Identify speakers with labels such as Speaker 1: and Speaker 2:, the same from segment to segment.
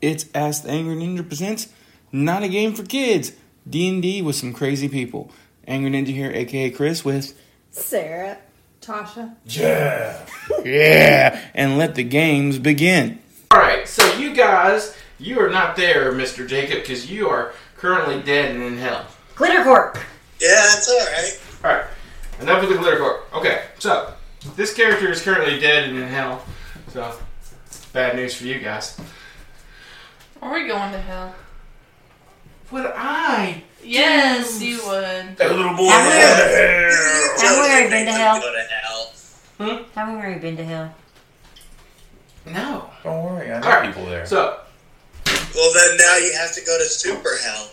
Speaker 1: It's Ask the Angry Ninja presents Not a Game for Kids, D&D with some crazy people. Angry Ninja here, aka Chris with
Speaker 2: Sarah, Tasha.
Speaker 1: Yeah, and let the games begin. All right, so you guys, you are not there, Mr. Jacob, cuz you are currently dead and in hell.
Speaker 2: Glittercorp.
Speaker 3: Yeah, it's alright.
Speaker 1: All right. Enough with the glitter corp. Okay, so this character is currently dead and in hell. So bad news for you guys.
Speaker 4: Are we going to hell?
Speaker 1: Would I?
Speaker 4: Yes, you would.
Speaker 3: That little boy.
Speaker 2: Have
Speaker 3: Yeah.
Speaker 2: Have we already been to hell?
Speaker 3: Go to hell.
Speaker 2: Haven't we already been to hell?
Speaker 1: No.
Speaker 5: Don't worry, I know
Speaker 1: All right.
Speaker 5: people there.
Speaker 1: So
Speaker 3: Well, then now you have to go to super hell.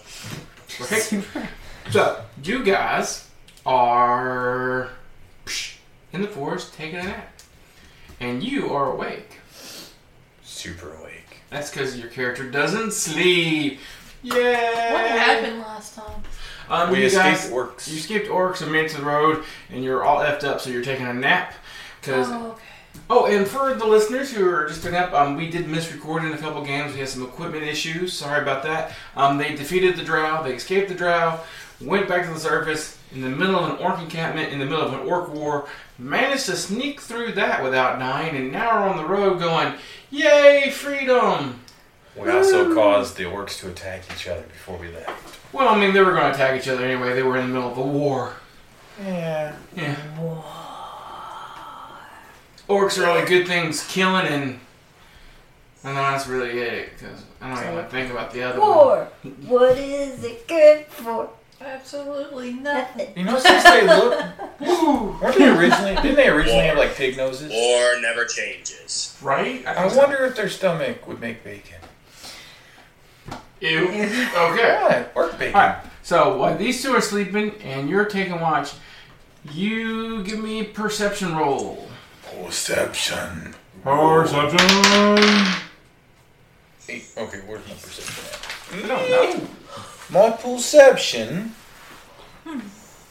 Speaker 1: right? so you guys are psh, in the forest taking a nap, and you are awake.
Speaker 5: Super awake.
Speaker 1: That's because your character doesn't sleep. Yay!
Speaker 4: What happened last time?
Speaker 1: Um,
Speaker 5: We
Speaker 1: you
Speaker 5: escaped
Speaker 1: guys-
Speaker 5: orcs.
Speaker 1: You skipped orcs and made it to the road, and you're all effed up, so you're taking a nap. Cause
Speaker 4: Oh, okay.
Speaker 1: Oh, and for the listeners who are just picking up, um, we did miss recording a couple games. We had some equipment issues. Sorry about that. Um, they defeated the drow. They escaped the drow. Went back to the surface in the middle of an orc encampment, in the middle of an orc war. Managed to sneak through that without dying, and now we're on the road going, "Yay, freedom!"
Speaker 5: We also caused the orcs to attack each other before we left.
Speaker 1: Well, I mean, they were going to attack each other anyway. They were in the middle of a war.
Speaker 5: Yeah.
Speaker 1: Yeah. Orcs are only good things killing and. I know that's really it, because I don't even wanna think about the other one.
Speaker 2: War. What is it good for?
Speaker 4: Oh, Absolutely nothing.
Speaker 2: Nothing.
Speaker 5: You know, since they look, weren't they originally? Didn't they originally have like pig noses?
Speaker 3: War never changes.
Speaker 1: Right?
Speaker 5: I wonder if their stomach would make bacon.
Speaker 1: Ew. Okay.
Speaker 5: Yeah, orc bacon.
Speaker 1: Alright, so while these two are sleeping and you're taking watch, you give me a perception roll.
Speaker 5: Perception.
Speaker 1: Perception!
Speaker 5: Eight. Okay, where's my perception at?
Speaker 1: No, no.
Speaker 5: My perception.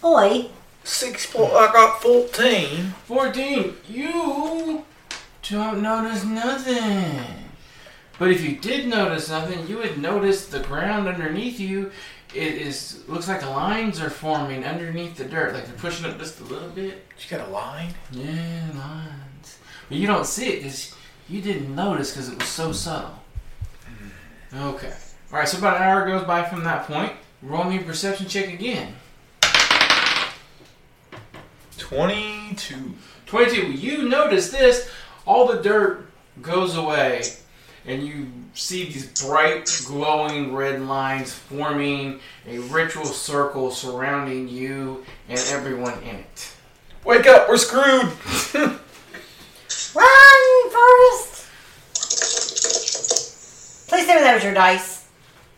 Speaker 2: Oi.
Speaker 5: Six. Po- I got fourteen.
Speaker 1: 14. You don't notice nothing. But if you did notice nothing, you would notice the ground underneath you. It is looks like lines are forming underneath the dirt, like they're pushing up just a little bit.
Speaker 5: You got a line?
Speaker 1: Yeah, lines. But you don't see it because you didn't notice because it was so subtle. Okay. All right. So about an hour goes by from that point. Roll me a perception check again.
Speaker 5: Twenty-two.
Speaker 1: 22 you notice this all the dirt goes away and you see these bright glowing red lines forming a ritual circle surrounding you and everyone in it
Speaker 5: Wake up! We're screwed.
Speaker 2: Run, Forrest! Please tell me that was your dice.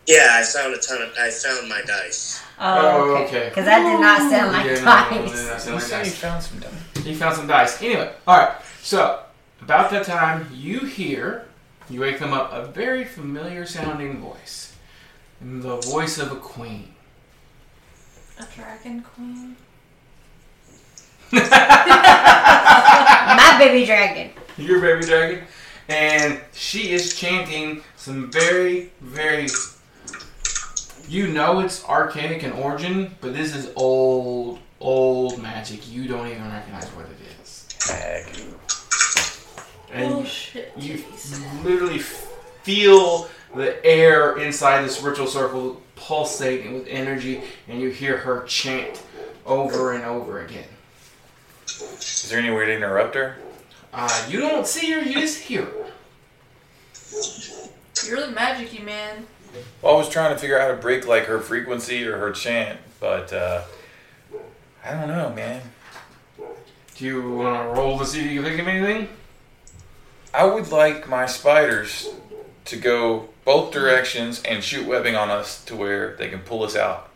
Speaker 3: Yeah, I found a ton of. I found my dice.
Speaker 1: Oh, okay.
Speaker 2: Because that did not sound like dice.
Speaker 5: You said you found some dice.
Speaker 1: he found some dice anyway all right so about that time you hear you wake them up a very familiar sounding voice the voice of a queen
Speaker 4: A dragon queen.
Speaker 2: My baby dragon.
Speaker 1: your baby dragon, and she is chanting some very, very. You know it's archaic in origin, but this is old, old magic. You don't even recognize what it is,
Speaker 5: Tag.
Speaker 1: and
Speaker 4: Bullshit.
Speaker 1: you
Speaker 4: Oh, Jeez.
Speaker 1: literally feel the air inside this ritual circle pulsating with energy, and you hear her chant over and over again.
Speaker 5: Is there any way to interrupt her?
Speaker 1: Uh, you don't see her; you just hear her.
Speaker 4: You're the magicy man.
Speaker 5: Well, I was trying to figure out how to break like her frequency or her chant, but uh, I don't know, man.
Speaker 1: Do you want to roll to see if you can think of anything?
Speaker 5: I would like my spiders to go both directions and shoot webbing on us to where they can pull us out.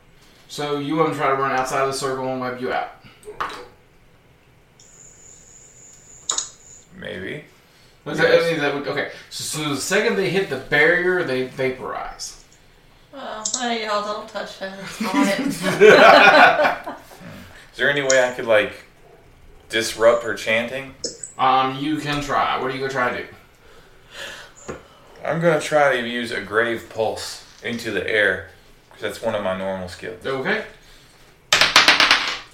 Speaker 1: So you want to try to run outside of the circle and web you out.
Speaker 5: Maybe.
Speaker 1: Is that- I mean, that would- okay. So, so the second they hit the barrier, they vaporize.
Speaker 4: Well, hey, y'all don't touch that. It's not it.
Speaker 5: Is there any way I could like disrupt her chanting?
Speaker 1: Um, you can try. What are you gonna try to do?
Speaker 5: I'm gonna try to use a grave pulse into the air because that's one of my normal skills.
Speaker 1: Okay.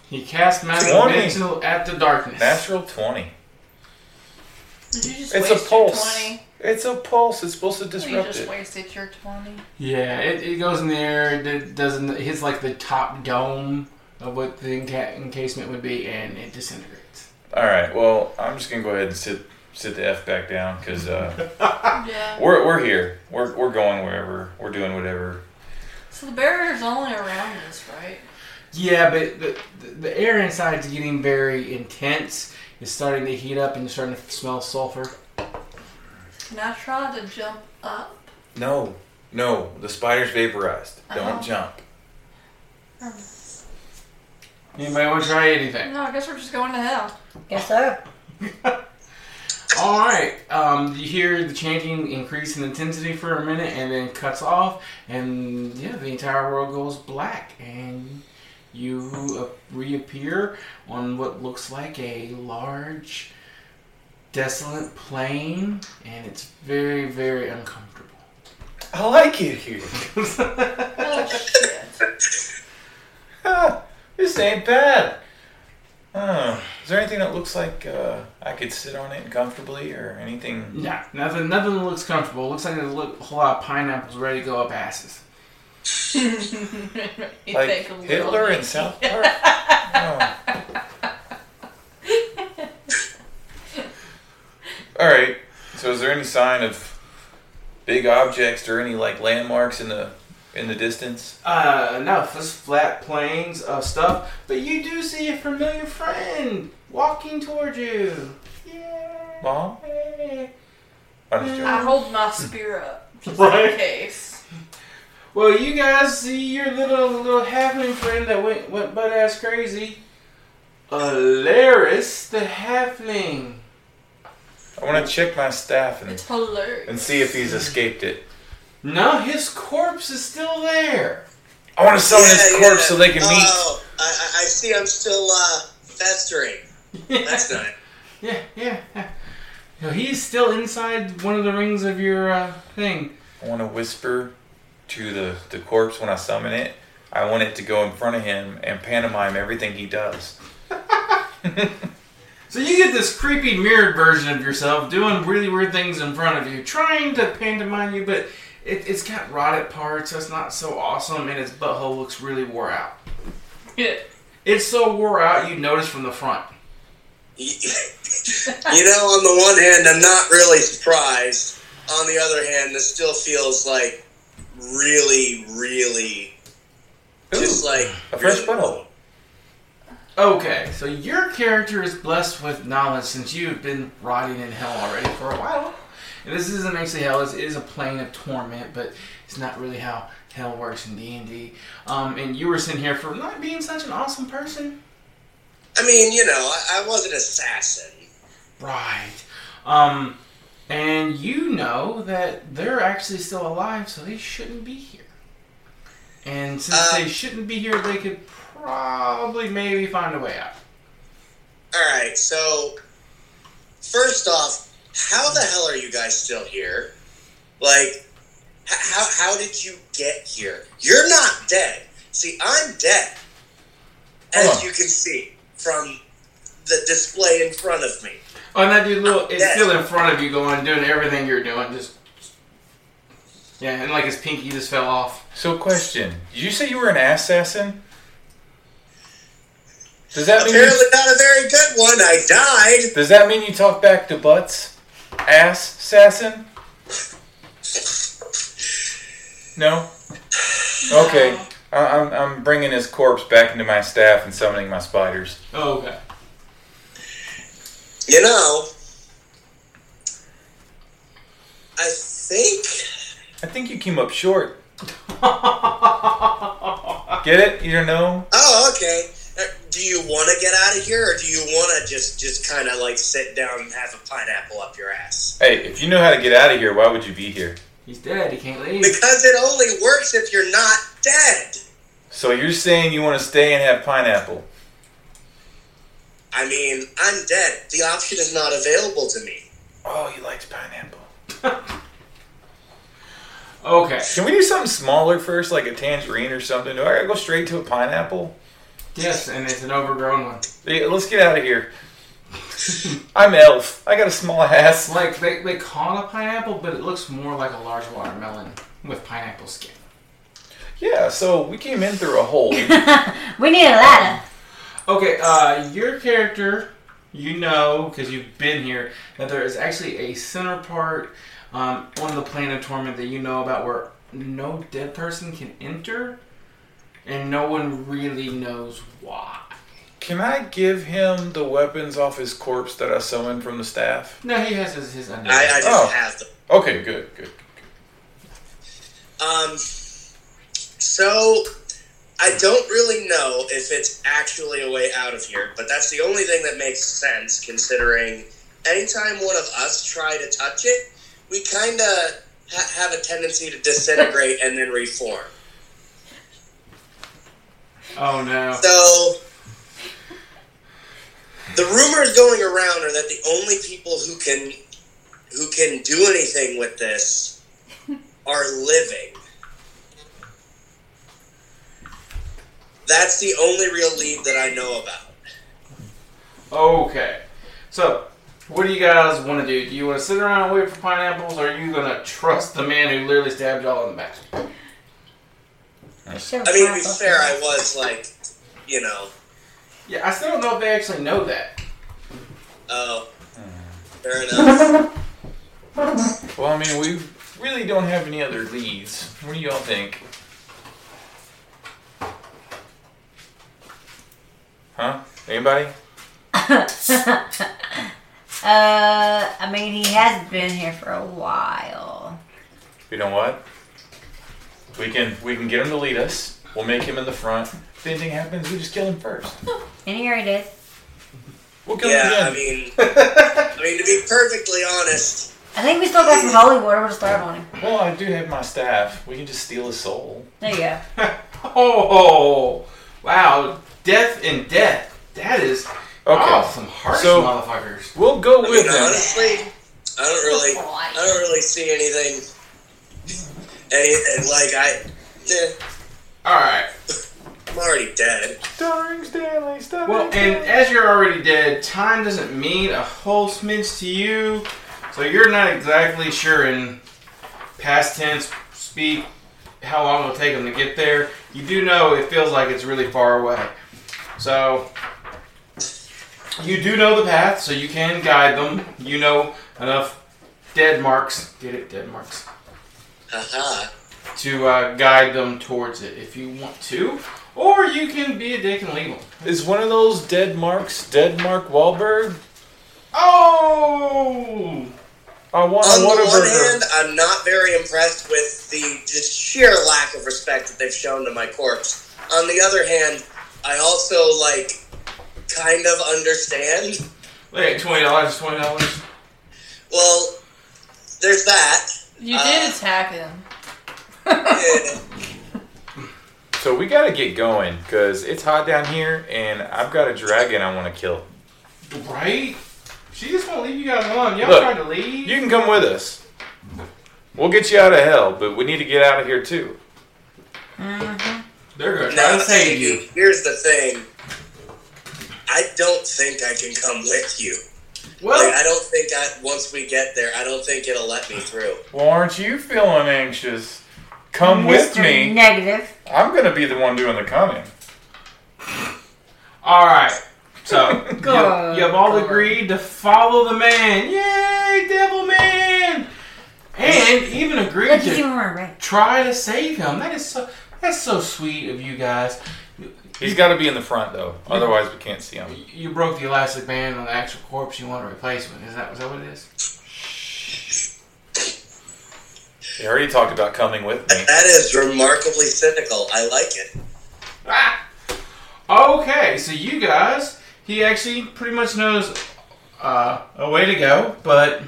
Speaker 1: He cast magic
Speaker 5: Twenty.
Speaker 1: mental at the darkness.
Speaker 5: Natural twenty.
Speaker 4: Did you just
Speaker 5: It's
Speaker 4: waste
Speaker 5: a pulse.
Speaker 4: your 20?
Speaker 5: It's a pulse. It's supposed to
Speaker 4: You
Speaker 5: disrupt
Speaker 4: just
Speaker 5: it.
Speaker 4: wasted your 20.
Speaker 1: Yeah, it, it goes in the air. It did- doesn't it hits like the top dome of what the enca- encasement would be, and it disintegrates.
Speaker 5: All right. Well, I'm just gonna go ahead and sit sit the f back down because uh,
Speaker 4: Yeah.
Speaker 5: we're we're here. We're we're going wherever. We're doing whatever.
Speaker 4: So the barrier's only around us, right?
Speaker 1: Yeah, but the, the, the air inside is getting very intense. It's starting to heat up, and you're starting to smell sulfur.
Speaker 4: Can I try to jump up?
Speaker 5: No, no. The spider's vaporized.
Speaker 4: Uh-huh.
Speaker 5: Don't jump.
Speaker 4: Or-
Speaker 1: Anybody want to try anything?
Speaker 4: No, I guess we're just going to hell.
Speaker 2: Guess so.
Speaker 1: All right. Um, you hear the chanting increase in intensity for a minute, and then cuts off, and yeah, the entire world goes black, and you uh, reappear on what looks like a large, desolate plain, and it's very, very uncomfortable.
Speaker 5: I like it here.
Speaker 4: Oh shit!
Speaker 5: Ah, this ain't bad. Oh, is there anything that looks like uh, I could sit on it comfortably or anything?
Speaker 1: Yeah, nothing. Nothing looks comfortable. Looks like there's a li- whole lot of pineapples ready to go up asses.
Speaker 4: You
Speaker 5: Like
Speaker 4: think a little
Speaker 5: Hitler
Speaker 4: bit.
Speaker 5: in South Park? Oh. All right. So, is there any sign of big objects or any like landmarks in the in the distance?
Speaker 1: Uh, no, just flat plains of stuff. But you do see a familiar friend walking toward you. Yeah.
Speaker 5: Mom, I'm just joking.
Speaker 4: I hold my spear up just
Speaker 1: Right.
Speaker 4: in case.
Speaker 1: Well, you guys see your little little halfling friend that went went butt ass crazy. Alaris the halfling.
Speaker 5: I want to check my staff and
Speaker 4: Mm. It's hilarious.
Speaker 5: and see if he's escaped it.
Speaker 1: No, his corpse is still there.
Speaker 5: I want to summon his corpse so they can
Speaker 3: oh,
Speaker 5: meet.
Speaker 3: Oh, I, I- I see I'm still uh, festering. That's nice.
Speaker 1: Yeah, yeah, yeah. No, he's still inside one of the rings of your uh, thing.
Speaker 5: I want to whisper to the, the corpse when I summon it. I want it to go in front of him and pantomime everything he does.
Speaker 1: So you get this creepy mirrored version of yourself doing really weird things in front of you, trying to pantomime you, but it, it's got rotted parts, so it's not so awesome, and its butthole looks really wore out. It's so wore out you notice from the front.
Speaker 3: you know, on the one hand, I'm not really surprised. On the other hand, this still feels like really, really just
Speaker 5: Ooh,
Speaker 3: like
Speaker 5: a fresh butthole.
Speaker 1: Okay, so your character is blessed with knowledge since you've been rotting in hell already for a while. And this isn't actually hell; it's- it is a plane of torment, but it's not really how hell works in D and D. Um, And you were sent here for not being such an awesome person.
Speaker 3: I mean, you know, I, I was an assassin.
Speaker 1: Right. Um, and you know that they're actually still alive, so they shouldn't be here. And since
Speaker 3: Uh,
Speaker 1: they shouldn't be here, they could probably maybe find a way out.
Speaker 3: All right, so first off, how the hell are you guys still here? Like, h- how how did you get here? You're not dead. See, I'm dead,
Speaker 5: Hold
Speaker 3: as
Speaker 5: on.
Speaker 3: you can see from the display in front of me.
Speaker 1: Oh, and that dude, little, it's
Speaker 3: Yeah.
Speaker 1: still in front of you, going doing everything you're doing, just yeah, and like his pinky just fell off.
Speaker 5: So, question: Did you say you were an assassin? Does that mean
Speaker 3: Apparently,
Speaker 5: you,
Speaker 3: not a very good one. I died.
Speaker 5: does that mean you talk back to butts? Ass assassin? No. Okay. I, I'm I'm bringing his corpse back into my staff and summoning my spiders.
Speaker 1: Oh, okay.
Speaker 3: You know, I think
Speaker 5: I think you came up short. Get it? You don't know?
Speaker 3: Oh, okay. Uh, Do you want to get out of here, or do you want to just just kind of like sit down and have a pineapple up your ass?
Speaker 5: Hey, if you know how to get out of here, why would you be here?
Speaker 1: He's dead. He can't leave.
Speaker 3: Because it only works if you're not dead.
Speaker 5: So you're saying you want to stay and have pineapple?
Speaker 3: I mean, I'm dead. The option is not available to me.
Speaker 5: Oh, you liked pineapple.
Speaker 1: Okay.
Speaker 5: Can we do something smaller first, like a tangerine or something? Do I gotta go straight to a pineapple?
Speaker 1: Yes, and it's an overgrown one.
Speaker 5: Yeah, let's get out of here. I'm elf. I got a small ass.
Speaker 1: Like they, they call it a pineapple, but it looks more like a large watermelon with pineapple skin.
Speaker 5: Yeah, so we came in through a hole.
Speaker 2: We need a ladder.
Speaker 1: Okay, uh, your character, you know, because you've been here, that there is actually a center part um, on the plane of torment that you know about where no dead person can enter, and no one really knows why.
Speaker 5: Can I give him the weapons off his corpse that I summoned from the staff?
Speaker 1: No, he has his, his under.
Speaker 3: I, I just
Speaker 5: Oh.
Speaker 3: have them.
Speaker 5: Okay, good, good.
Speaker 3: Um, so I don't really know if it's actually a way out of here, but that's the only thing that makes sense considering anytime one of us try to touch it, we kind of ha- have a tendency to disintegrate and then reform.
Speaker 1: Oh no.
Speaker 3: So the rumors going around are that the only people who can who can do anything with this are living. That's the only real lead that I know about.
Speaker 1: Okay. So, what do you guys want to do? Do you want to sit around and wait for pineapples, or are you going to trust the man who literally stabbed y'all in the back?
Speaker 3: I mean, to be fair, I was like, you know,
Speaker 1: Yeah, I still don't know if they actually know that.
Speaker 3: oh, fair enough.
Speaker 5: Well, I mean, we really don't have any other leads. What do y'all think? Huh? Anybody?
Speaker 2: Uh, I mean, he has been here for a while.
Speaker 5: You know what? We can we can get him to lead us. We'll make him in the front. If anything happens, we just kill him first.
Speaker 2: And here it is.
Speaker 5: We'll kill
Speaker 3: Yeah, I
Speaker 5: him again.
Speaker 3: mean, I mean to be perfectly honest,
Speaker 2: I think we still got some holy water. We'll just throw it on him.
Speaker 5: well, I do have my staff. We can just steal his soul.
Speaker 2: There you go.
Speaker 1: Oh, wow. Death and death. That is oh, some harsh
Speaker 5: So-
Speaker 1: motherfuckers.
Speaker 5: We'll go
Speaker 3: I mean,
Speaker 5: with him.
Speaker 3: honestly, I don't really, I don't really see anything. Any, and, like I, eh,
Speaker 1: All right.
Speaker 3: I'm already dead.
Speaker 5: Starring Stanley, Stanley.
Speaker 1: Well, and as you're already dead, time doesn't mean a whole smidge to you, so you're not exactly sure in past tense speak how long it'll take them to get there. You do know it feels like it's really far away. So you do know the path, so you can guide them. You know enough dead marks. Get it, dead marks.
Speaker 3: Haha.
Speaker 1: to uh, guide them towards it if you want to, or you can be a dick and leave them.
Speaker 5: is one of those dead marks dead Mark Wahlberg?
Speaker 1: Oh,
Speaker 5: I want
Speaker 3: On
Speaker 5: a
Speaker 3: the
Speaker 5: water
Speaker 3: one
Speaker 5: burger.
Speaker 3: hand, I'm not very impressed with the just sheer lack of respect that they've shown to my corpse. On the other hand, I also like kind of understand.
Speaker 1: wait, twenty dollars, twenty dollars.
Speaker 3: Well, there's that.
Speaker 4: You
Speaker 3: Uh,
Speaker 4: did attack him.
Speaker 3: Eh,
Speaker 5: So we gotta get going because it's hot down here, and I've got a dragon I want to kill.
Speaker 1: Right? She just won't leave you guys alone. Y'all
Speaker 5: Look,
Speaker 1: tried to leave.
Speaker 5: You can come with us. We'll get you out of hell, but we need to get out of here too.
Speaker 1: They're gonna try
Speaker 3: Now,
Speaker 1: to save you.
Speaker 3: Here's the thing. I don't think I can come with you. Like,
Speaker 1: Well,
Speaker 3: I don't think I once we get there, I don't think it'll let me through.
Speaker 5: Well, aren't you feeling anxious? Come with
Speaker 2: Mr.
Speaker 5: me.
Speaker 2: Negative.
Speaker 5: I'm gonna be the one doing the coming.
Speaker 1: all right. So you,
Speaker 2: God.
Speaker 1: you have all agreed to follow the man. Yay, devil man! And even agreed
Speaker 2: Look, he's
Speaker 1: to
Speaker 2: even wearing red.
Speaker 1: try to save him. That is so. That's so sweet of you guys.
Speaker 5: He's got to be in the front though, otherwise we can't see him.
Speaker 1: You broke the elastic band on the actual corpse you want a replacement. Is that, is that what it is?
Speaker 5: You already talked about coming with me.
Speaker 3: That is remarkably cynical. I like it.
Speaker 1: Ah! Okay, so you guys, he actually pretty much knows uh, a way to go, but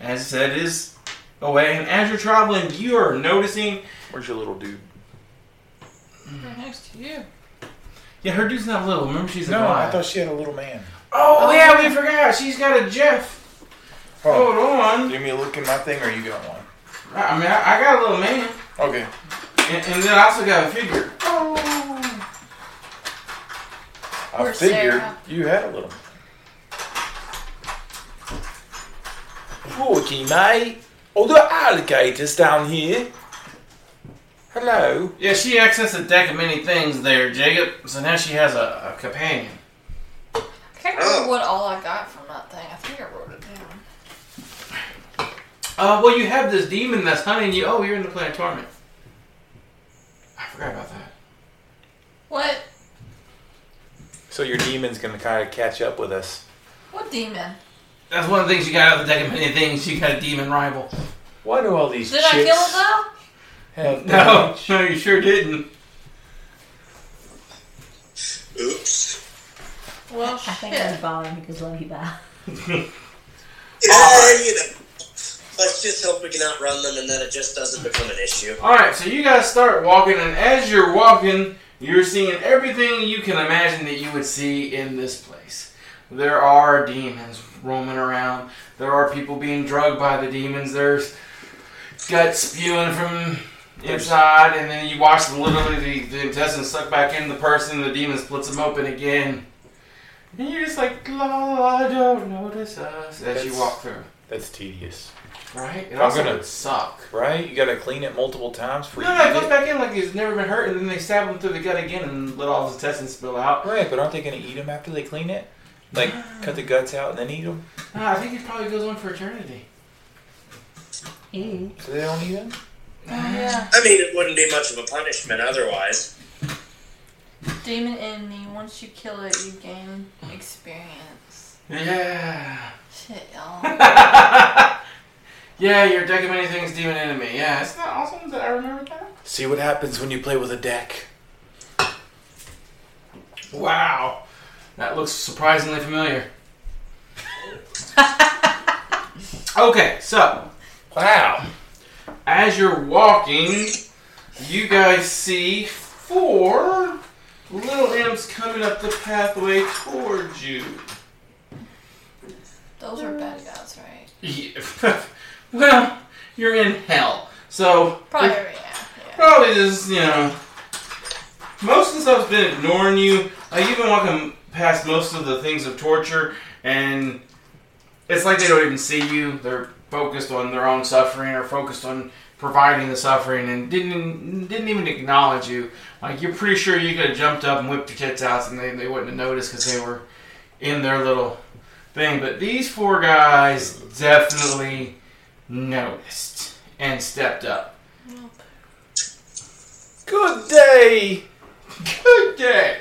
Speaker 1: as I said, it is a way. And as you're traveling, you are noticing.
Speaker 5: Where's your little dude?
Speaker 4: Right next to you.
Speaker 1: Yeah, her dude's not little. Remember, she's a
Speaker 5: No,
Speaker 1: guy.
Speaker 5: I thought she had a little man.
Speaker 1: oh, yeah, we forgot. She's got a Jeff.
Speaker 5: Oh.
Speaker 1: Hold on.
Speaker 5: Do me a look in my thing, or you got one?
Speaker 1: I I mean, I, I got a little man,
Speaker 5: Okay.
Speaker 1: and, and then I also got a figure.
Speaker 5: I
Speaker 4: Where's
Speaker 5: figured
Speaker 4: Sarah?
Speaker 5: you had a little. Porky, mate. All the alligators down here. Hello.
Speaker 1: Yeah, she accessed a deck of many things there, Jacob. So now she has a, a companion.
Speaker 4: I can't
Speaker 1: Oh.
Speaker 4: remember what all I got from that thing. I think I wrote it down.
Speaker 1: Uh, well, you have this demon that's hunting you. Oh, you're in the planet torment. I forgot about that.
Speaker 4: What?
Speaker 5: So your demon's gonna kind of catch up with us.
Speaker 4: What demon?
Speaker 1: That's one of the things you got out of the deck of many things. You got a demon rival.
Speaker 5: Why do all these
Speaker 4: Did
Speaker 5: chicks
Speaker 4: I kill it though?
Speaker 5: have
Speaker 1: No, no, you sure didn't.
Speaker 3: Oops.
Speaker 4: Well,
Speaker 2: I think I'm
Speaker 4: shit.
Speaker 2: following because love you, bye.
Speaker 3: Yeah, you know. Let's just hope we can outrun them and then it just doesn't become an issue.
Speaker 1: All right, so you guys start walking, and as you're walking, you're seeing everything you can imagine that you would see in this place. There are demons roaming around. There are people being drugged by the demons. There's guts spewing from inside, and then you watch literally the, the intestines suck back in the person. The demon splits them open again, and you're just like, "La la, la, don't notice us" as you
Speaker 5: That's-
Speaker 1: walk through.
Speaker 5: That's tedious,
Speaker 1: Right? It
Speaker 5: I'm
Speaker 1: also
Speaker 5: gonna-
Speaker 1: would suck.
Speaker 5: right? You gotta clean it multiple times for
Speaker 1: No, no, it goes back in like he's never been hurt, and then they stab him through the gut again and let all his intestines spill out.
Speaker 5: Right, but aren't they gonna eat them after they clean it? Like cut the guts out and then eat them?
Speaker 1: No, Ah, I think it probably goes on for eternity.
Speaker 2: Ew.
Speaker 5: So they don't eat them?
Speaker 4: Oh, yeah.
Speaker 3: I mean, it wouldn't be much of a punishment otherwise.
Speaker 4: Demon enemy. Once you kill it, you gain experience.
Speaker 1: Yeah.
Speaker 4: Shit, y'all.
Speaker 1: yeah, your deck of many things, demon enemy. Yeah, isn't that awesome that I remember that?
Speaker 5: See what happens when you play with a deck.
Speaker 1: Wow. That looks surprisingly familiar. okay, so
Speaker 5: Wow.
Speaker 1: as you're walking, you guys see four little imps coming up the pathway towards you.
Speaker 4: Those are bad guys, right?
Speaker 1: Yeah. well, you're in hell. So
Speaker 4: Probably,
Speaker 1: it
Speaker 4: yeah. yeah.
Speaker 1: probably just you know most of the stuff's been ignoring you. Like you've been walking past most of the things of torture and it's like they don't even see you. They're focused on their own suffering or focused on providing the suffering and didn't didn't even acknowledge you. Like you're pretty sure you could have jumped up and whipped your tits out and they, they wouldn't have noticed because they were in their little thing. But these four guys definitely noticed and stepped up.
Speaker 5: Good day.
Speaker 1: Good day.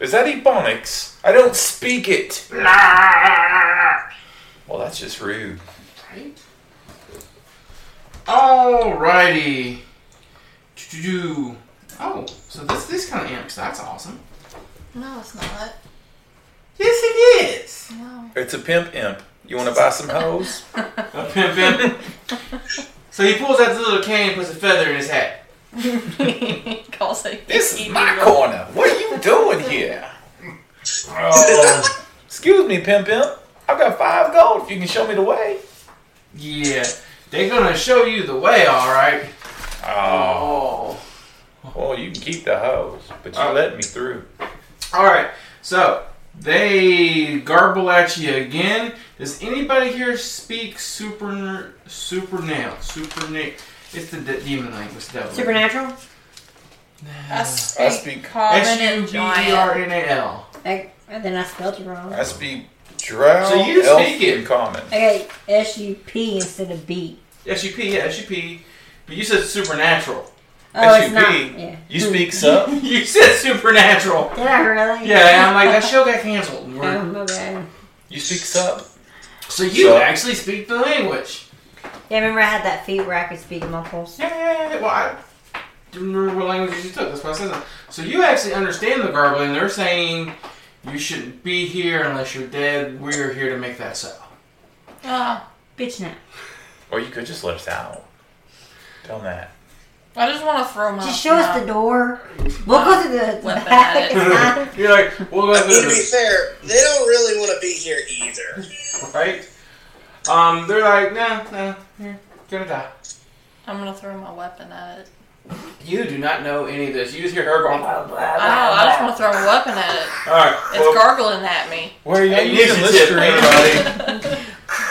Speaker 5: Is that ebonics? I don't speak it. Well, that's just rude.
Speaker 1: Alrighty. Doo-doo-doo. Oh, so this this kind of amps. That's awesome.
Speaker 4: No, it's not.
Speaker 1: Yes, it is.
Speaker 4: No.
Speaker 5: It's a pimp imp. You want to buy some hoes?
Speaker 1: A pimp imp. so he pulls out the little cane and puts a feather in his hat.
Speaker 4: Calls it.
Speaker 5: This is my corner. What are you doing here?
Speaker 1: Oh.
Speaker 5: Excuse me, pimp imp. I've got five gold. If you can show me the way.
Speaker 1: yeah. They're gonna show you the way, alright.
Speaker 5: Oh.
Speaker 1: Oh.
Speaker 5: Well, you can keep the hoes, but you
Speaker 1: Oh.
Speaker 5: let me through.
Speaker 1: All right, so they garble at you again. Does anybody here speak super super nail super nail? It's the de- demon language, devil.
Speaker 2: Supernatural?
Speaker 4: I speak,
Speaker 5: speak-
Speaker 4: common and
Speaker 1: S U B E R N
Speaker 4: giant.
Speaker 1: A L.
Speaker 2: I, and then I spelled it wrong.
Speaker 5: I speak drow.
Speaker 1: So you
Speaker 5: elf,
Speaker 1: speak it.
Speaker 5: and common.
Speaker 2: I got S U P instead of B.
Speaker 1: S U P, yeah, S U P. But you said supernatural.
Speaker 2: Oh, it's
Speaker 5: SUP.
Speaker 2: not. Yeah.
Speaker 5: You speak sup?
Speaker 1: You said supernatural.
Speaker 2: Did I really? Oh,
Speaker 1: Yeah, and I'm like that show got canceled. We're-
Speaker 2: Um, okay.
Speaker 5: You speak sup?
Speaker 1: So you
Speaker 5: So-
Speaker 1: actually speak the language.
Speaker 2: Yeah, remember I had that feat where I could speak muffles?
Speaker 1: Yeah, yeah, yeah. Well, I do remember what language you took. That's why I said that. So you actually understand the garbling. They're saying you shouldn't be here unless you're dead. We're here to make that so.
Speaker 4: Ah,
Speaker 2: Bitch now.
Speaker 5: Or you could just let us out. Tell 'em that.
Speaker 4: I just want to throw my.
Speaker 2: Just show us the door. We'll go to the
Speaker 4: Whip it
Speaker 2: back.
Speaker 4: at it.
Speaker 2: It's not-
Speaker 1: You're like, we'll go
Speaker 3: But to
Speaker 1: through
Speaker 3: be
Speaker 1: this,
Speaker 3: fair, they don't really want to be here either.
Speaker 1: right? Um, they're like, no, no, you're gonna die.
Speaker 4: I'm gonna throw my weapon at it.
Speaker 1: You do not know any of this. You just hear her going. Blah, blah,
Speaker 2: Oh.
Speaker 4: I know. I just want to throw my weapon at it.
Speaker 1: All right.
Speaker 4: It's gargling at me.
Speaker 5: Where are you? You need a
Speaker 1: Initiative,
Speaker 5: Listerine, buddy.
Speaker 1: everybody.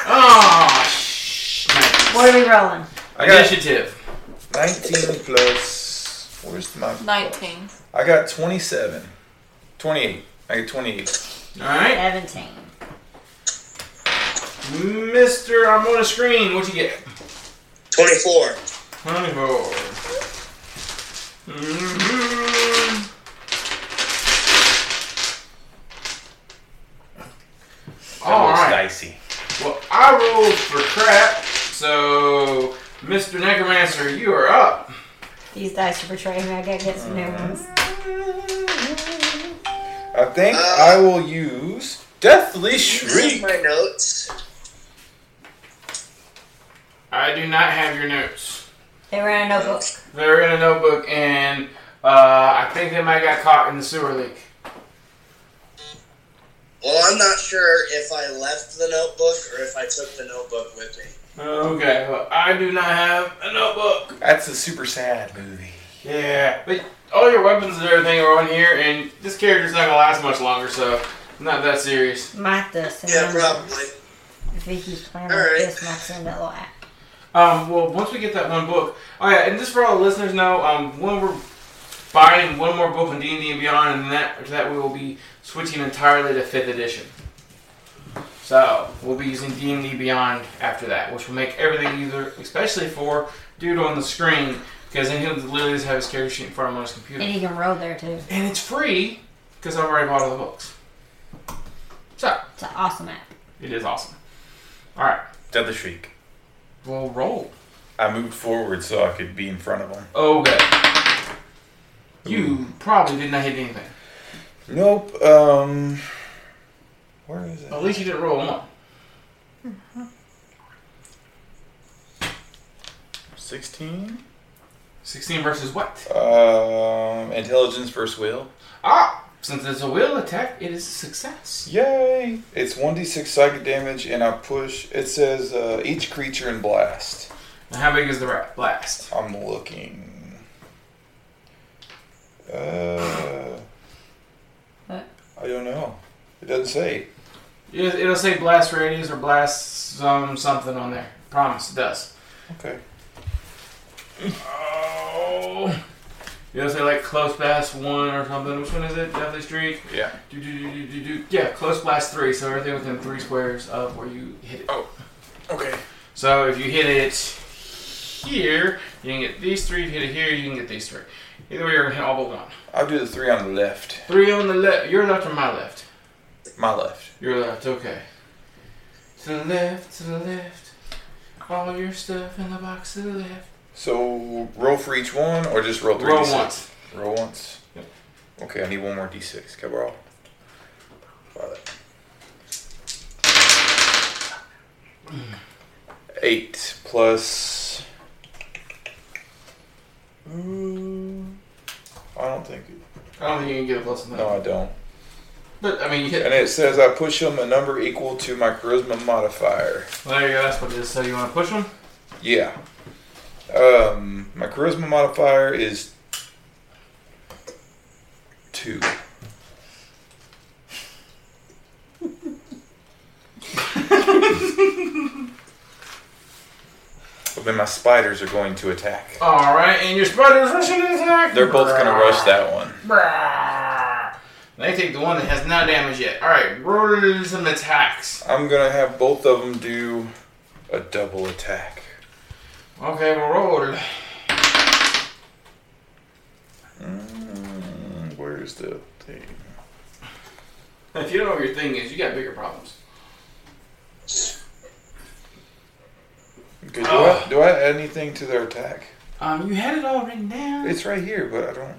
Speaker 1: oh, sh-
Speaker 2: What are we rolling?
Speaker 5: I got
Speaker 1: initiative.
Speaker 5: 19 plus. Where's my?
Speaker 4: 19.
Speaker 5: I got 27. 28. I got 28.
Speaker 1: All right,
Speaker 2: 17.
Speaker 1: Mister, I'm on a screen. What you get?
Speaker 3: 24.
Speaker 1: Honey hole. Mhm. All
Speaker 5: That looks
Speaker 1: right.
Speaker 5: dicey.
Speaker 1: Well, I rolled for crap, so Mr. Necromancer, you are up.
Speaker 2: These dice are betraying me. I gotta get some new ones.
Speaker 5: I think I will use Deathly
Speaker 3: Read
Speaker 5: Shriek.
Speaker 3: my notes.
Speaker 1: I do not have your notes.
Speaker 2: They were in a notebook.
Speaker 1: They're in a notebook, and uh, I think they might have got caught in the sewer leak.
Speaker 3: Well, I'm not sure if I left the notebook or if I took the notebook with me.
Speaker 1: Okay, well, I do not have a notebook.
Speaker 5: That's a super sad movie.
Speaker 1: Yeah, but all your weapons and everything are on here, and this character's not gonna last much longer, so I'm not that serious.
Speaker 2: Might this. and
Speaker 3: Yeah,
Speaker 2: then
Speaker 3: probably.
Speaker 2: If Vicky's playing
Speaker 3: All
Speaker 2: like
Speaker 3: right.
Speaker 2: this, might send it live.
Speaker 1: Um, well, once we get that one book, oh yeah, and just for all the listeners know, um, when we're buying one more book on D and D and Beyond, and that after that we will be switching entirely to fifth edition. So we'll be using D and D Beyond after that, which will make everything easier, especially for dude on the screen, because then he'll literally just have his character sheet in front of him on his computer.
Speaker 2: And he can roll there too.
Speaker 1: and it's free because I've already bought all the books. So
Speaker 2: It's an awesome app.
Speaker 1: it is awesome. All right,
Speaker 5: Deathly Shriek.
Speaker 1: we'll roll.
Speaker 5: I moved forward so I could be in front of him.
Speaker 1: Okay. You probably did not hit anything.
Speaker 5: Nope. Um. Where is it?
Speaker 1: At least you didn't roll a one.
Speaker 5: 16.
Speaker 1: Sixteen versus what?
Speaker 5: Um. Intelligence versus will.
Speaker 1: Ah, since it's a will attack, it is a success.
Speaker 5: Yay! It's 1d6 psychic damage, and I push. It says uh, each creature in blast.
Speaker 1: Now, how big is the rat blast?
Speaker 5: I'm looking. Uh.
Speaker 2: What?
Speaker 5: I don't know. It doesn't say.
Speaker 1: It- It'll say blast radius or blast some something on there. Promise it does.
Speaker 5: Okay.
Speaker 1: Oh. It'll say like close blast one or something. Which one is it? Deathly streak.
Speaker 5: Yeah.
Speaker 1: Do, do, do, do, do, do. Yeah, close blast three, so everything within three squares of where you hit it.
Speaker 5: Oh, okay.
Speaker 1: So if you hit it here, you can get these three. If you hit it here, you can get these three. Either way, you're gonna hit all but one.
Speaker 5: I'll do the three on the left.
Speaker 1: Three on the left. Your left or my left?
Speaker 5: My left.
Speaker 1: Your left. Okay. To the left. To the left. All your stuff in the box to the left.
Speaker 5: So roll for each one, or just roll Oh, three
Speaker 1: Roll
Speaker 5: d6?
Speaker 1: once.
Speaker 5: Roll once.
Speaker 1: Yep.
Speaker 5: Okay, I need one more d6. Can I roll? Got it. Eight plus. Mm, I don't think.
Speaker 1: I don't think you can get a plus on that.
Speaker 5: No, I don't.
Speaker 1: But I mean, you hit.
Speaker 5: And it says I push them a number equal to my charisma modifier.
Speaker 1: Well, there you go. That's what it is. So you want to push them?
Speaker 5: Yeah. Um, my charisma modifier is two. but then my spiders are going to attack.
Speaker 1: All right. And your spider's rushing to attack.
Speaker 5: They're both going to rush that one.
Speaker 1: Brrrr. They take the one that has no damage yet. All right. Roll some attacks.
Speaker 5: I'm going to have both of them do a double attack.
Speaker 1: Okay. Well, roll.
Speaker 5: Mm, where's the thing?
Speaker 1: If you don't know what your thing is, you got bigger problems.
Speaker 5: Okay, do, I, do I add anything to their attack?
Speaker 1: Um, you had it all written down.
Speaker 5: It's right here, but I don't.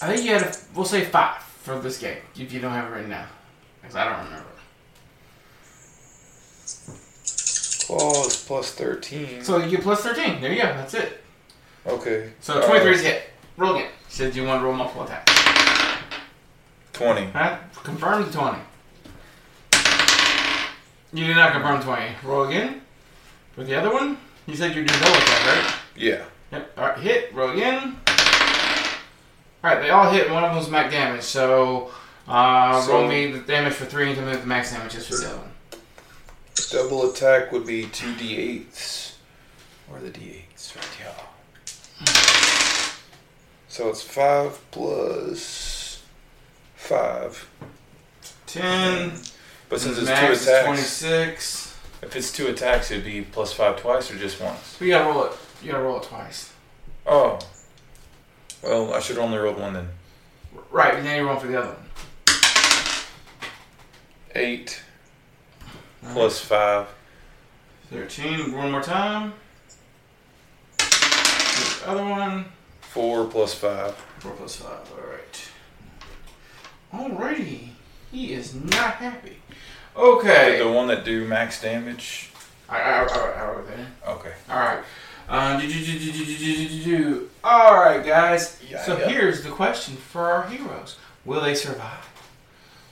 Speaker 1: I think you had, a, we'll say five for this game, if you don't have it written down. Because I don't remember.
Speaker 5: Claw is plus 13.
Speaker 1: So you get plus 13. There you go. That's it.
Speaker 5: Okay.
Speaker 1: So
Speaker 5: All
Speaker 1: 23
Speaker 5: right.
Speaker 1: is a hit. Roll again. Said you want to roll multiple attacks.
Speaker 5: 20.
Speaker 1: Alright, confirm the 20. You did not confirm 20. Roll again. For the other one, you said you did double attack,
Speaker 5: Yeah.
Speaker 1: right? Yep. Alright, hit. Roll again. Alright, they all hit. One of them's max damage, so, uh,
Speaker 5: So-
Speaker 1: roll me the damage for 3 and tell me what the max damage is for the other one.
Speaker 5: Double attack would be 2d8s. Or the d8s, right? Yeah. So it's 5 plus 5.
Speaker 1: 10.
Speaker 5: But since it's
Speaker 1: max
Speaker 5: two
Speaker 1: is
Speaker 5: attacks,
Speaker 1: 26.
Speaker 5: if it's two attacks, it'd be plus 5 twice or just once?
Speaker 1: We gotta roll it. You gotta roll it twice.
Speaker 5: Oh. Well, I should only roll one then.
Speaker 1: Right, and then you roll for the other one.
Speaker 5: 8 plus 5.
Speaker 1: 13, one more time. The other one.
Speaker 5: 4 plus 5.
Speaker 1: Four plus five. All right. Alrighty. He is not happy. Okay.
Speaker 5: The one that do max damage.
Speaker 1: I, I, I, I wrote that in.
Speaker 5: Okay.
Speaker 1: All right. Um, do, do, do, do, do, do, do, do, do, do. All right, guys.
Speaker 5: Yeah,
Speaker 1: so
Speaker 5: yeah.
Speaker 1: here's the question for our heroes: Will they survive?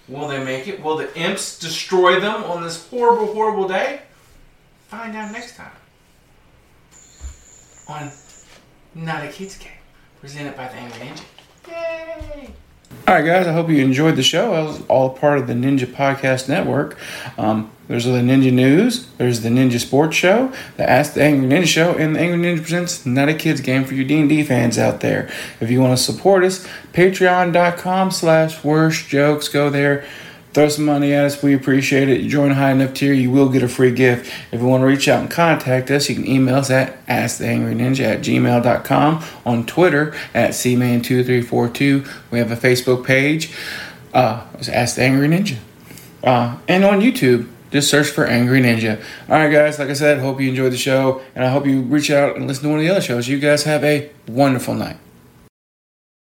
Speaker 1: Will they make it? Will the imps destroy them on this horrible, horrible day? Find out next time on Not a Kids Game, presented by the Angry Ninja. All right, guys, I hope you enjoyed the show. I was all part of the Ninja Podcast Network. Um, there's the Ninja News, there's the Ninja Sports Show, the Ask the Angry Ninja Show, and the Angry Ninja Presents Not a Kids Game for you D&D fans out there. If you want to support us, patreon.com slash worst jokes. Go there. Throw some money at us. We appreciate it. You join a high enough tier, you will get a free gift. If you want to reach out and contact us, you can email us at asktheangryninja at gmail.com, on Twitter at cman2342. We have a Facebook page. Uh, it's Ask the Angry Ninja. Uh, and on YouTube, just search for Angry Ninja. All right, guys, like I said, hope you enjoyed the show, and I hope you reach out and listen to one of the other shows. You guys have a wonderful night.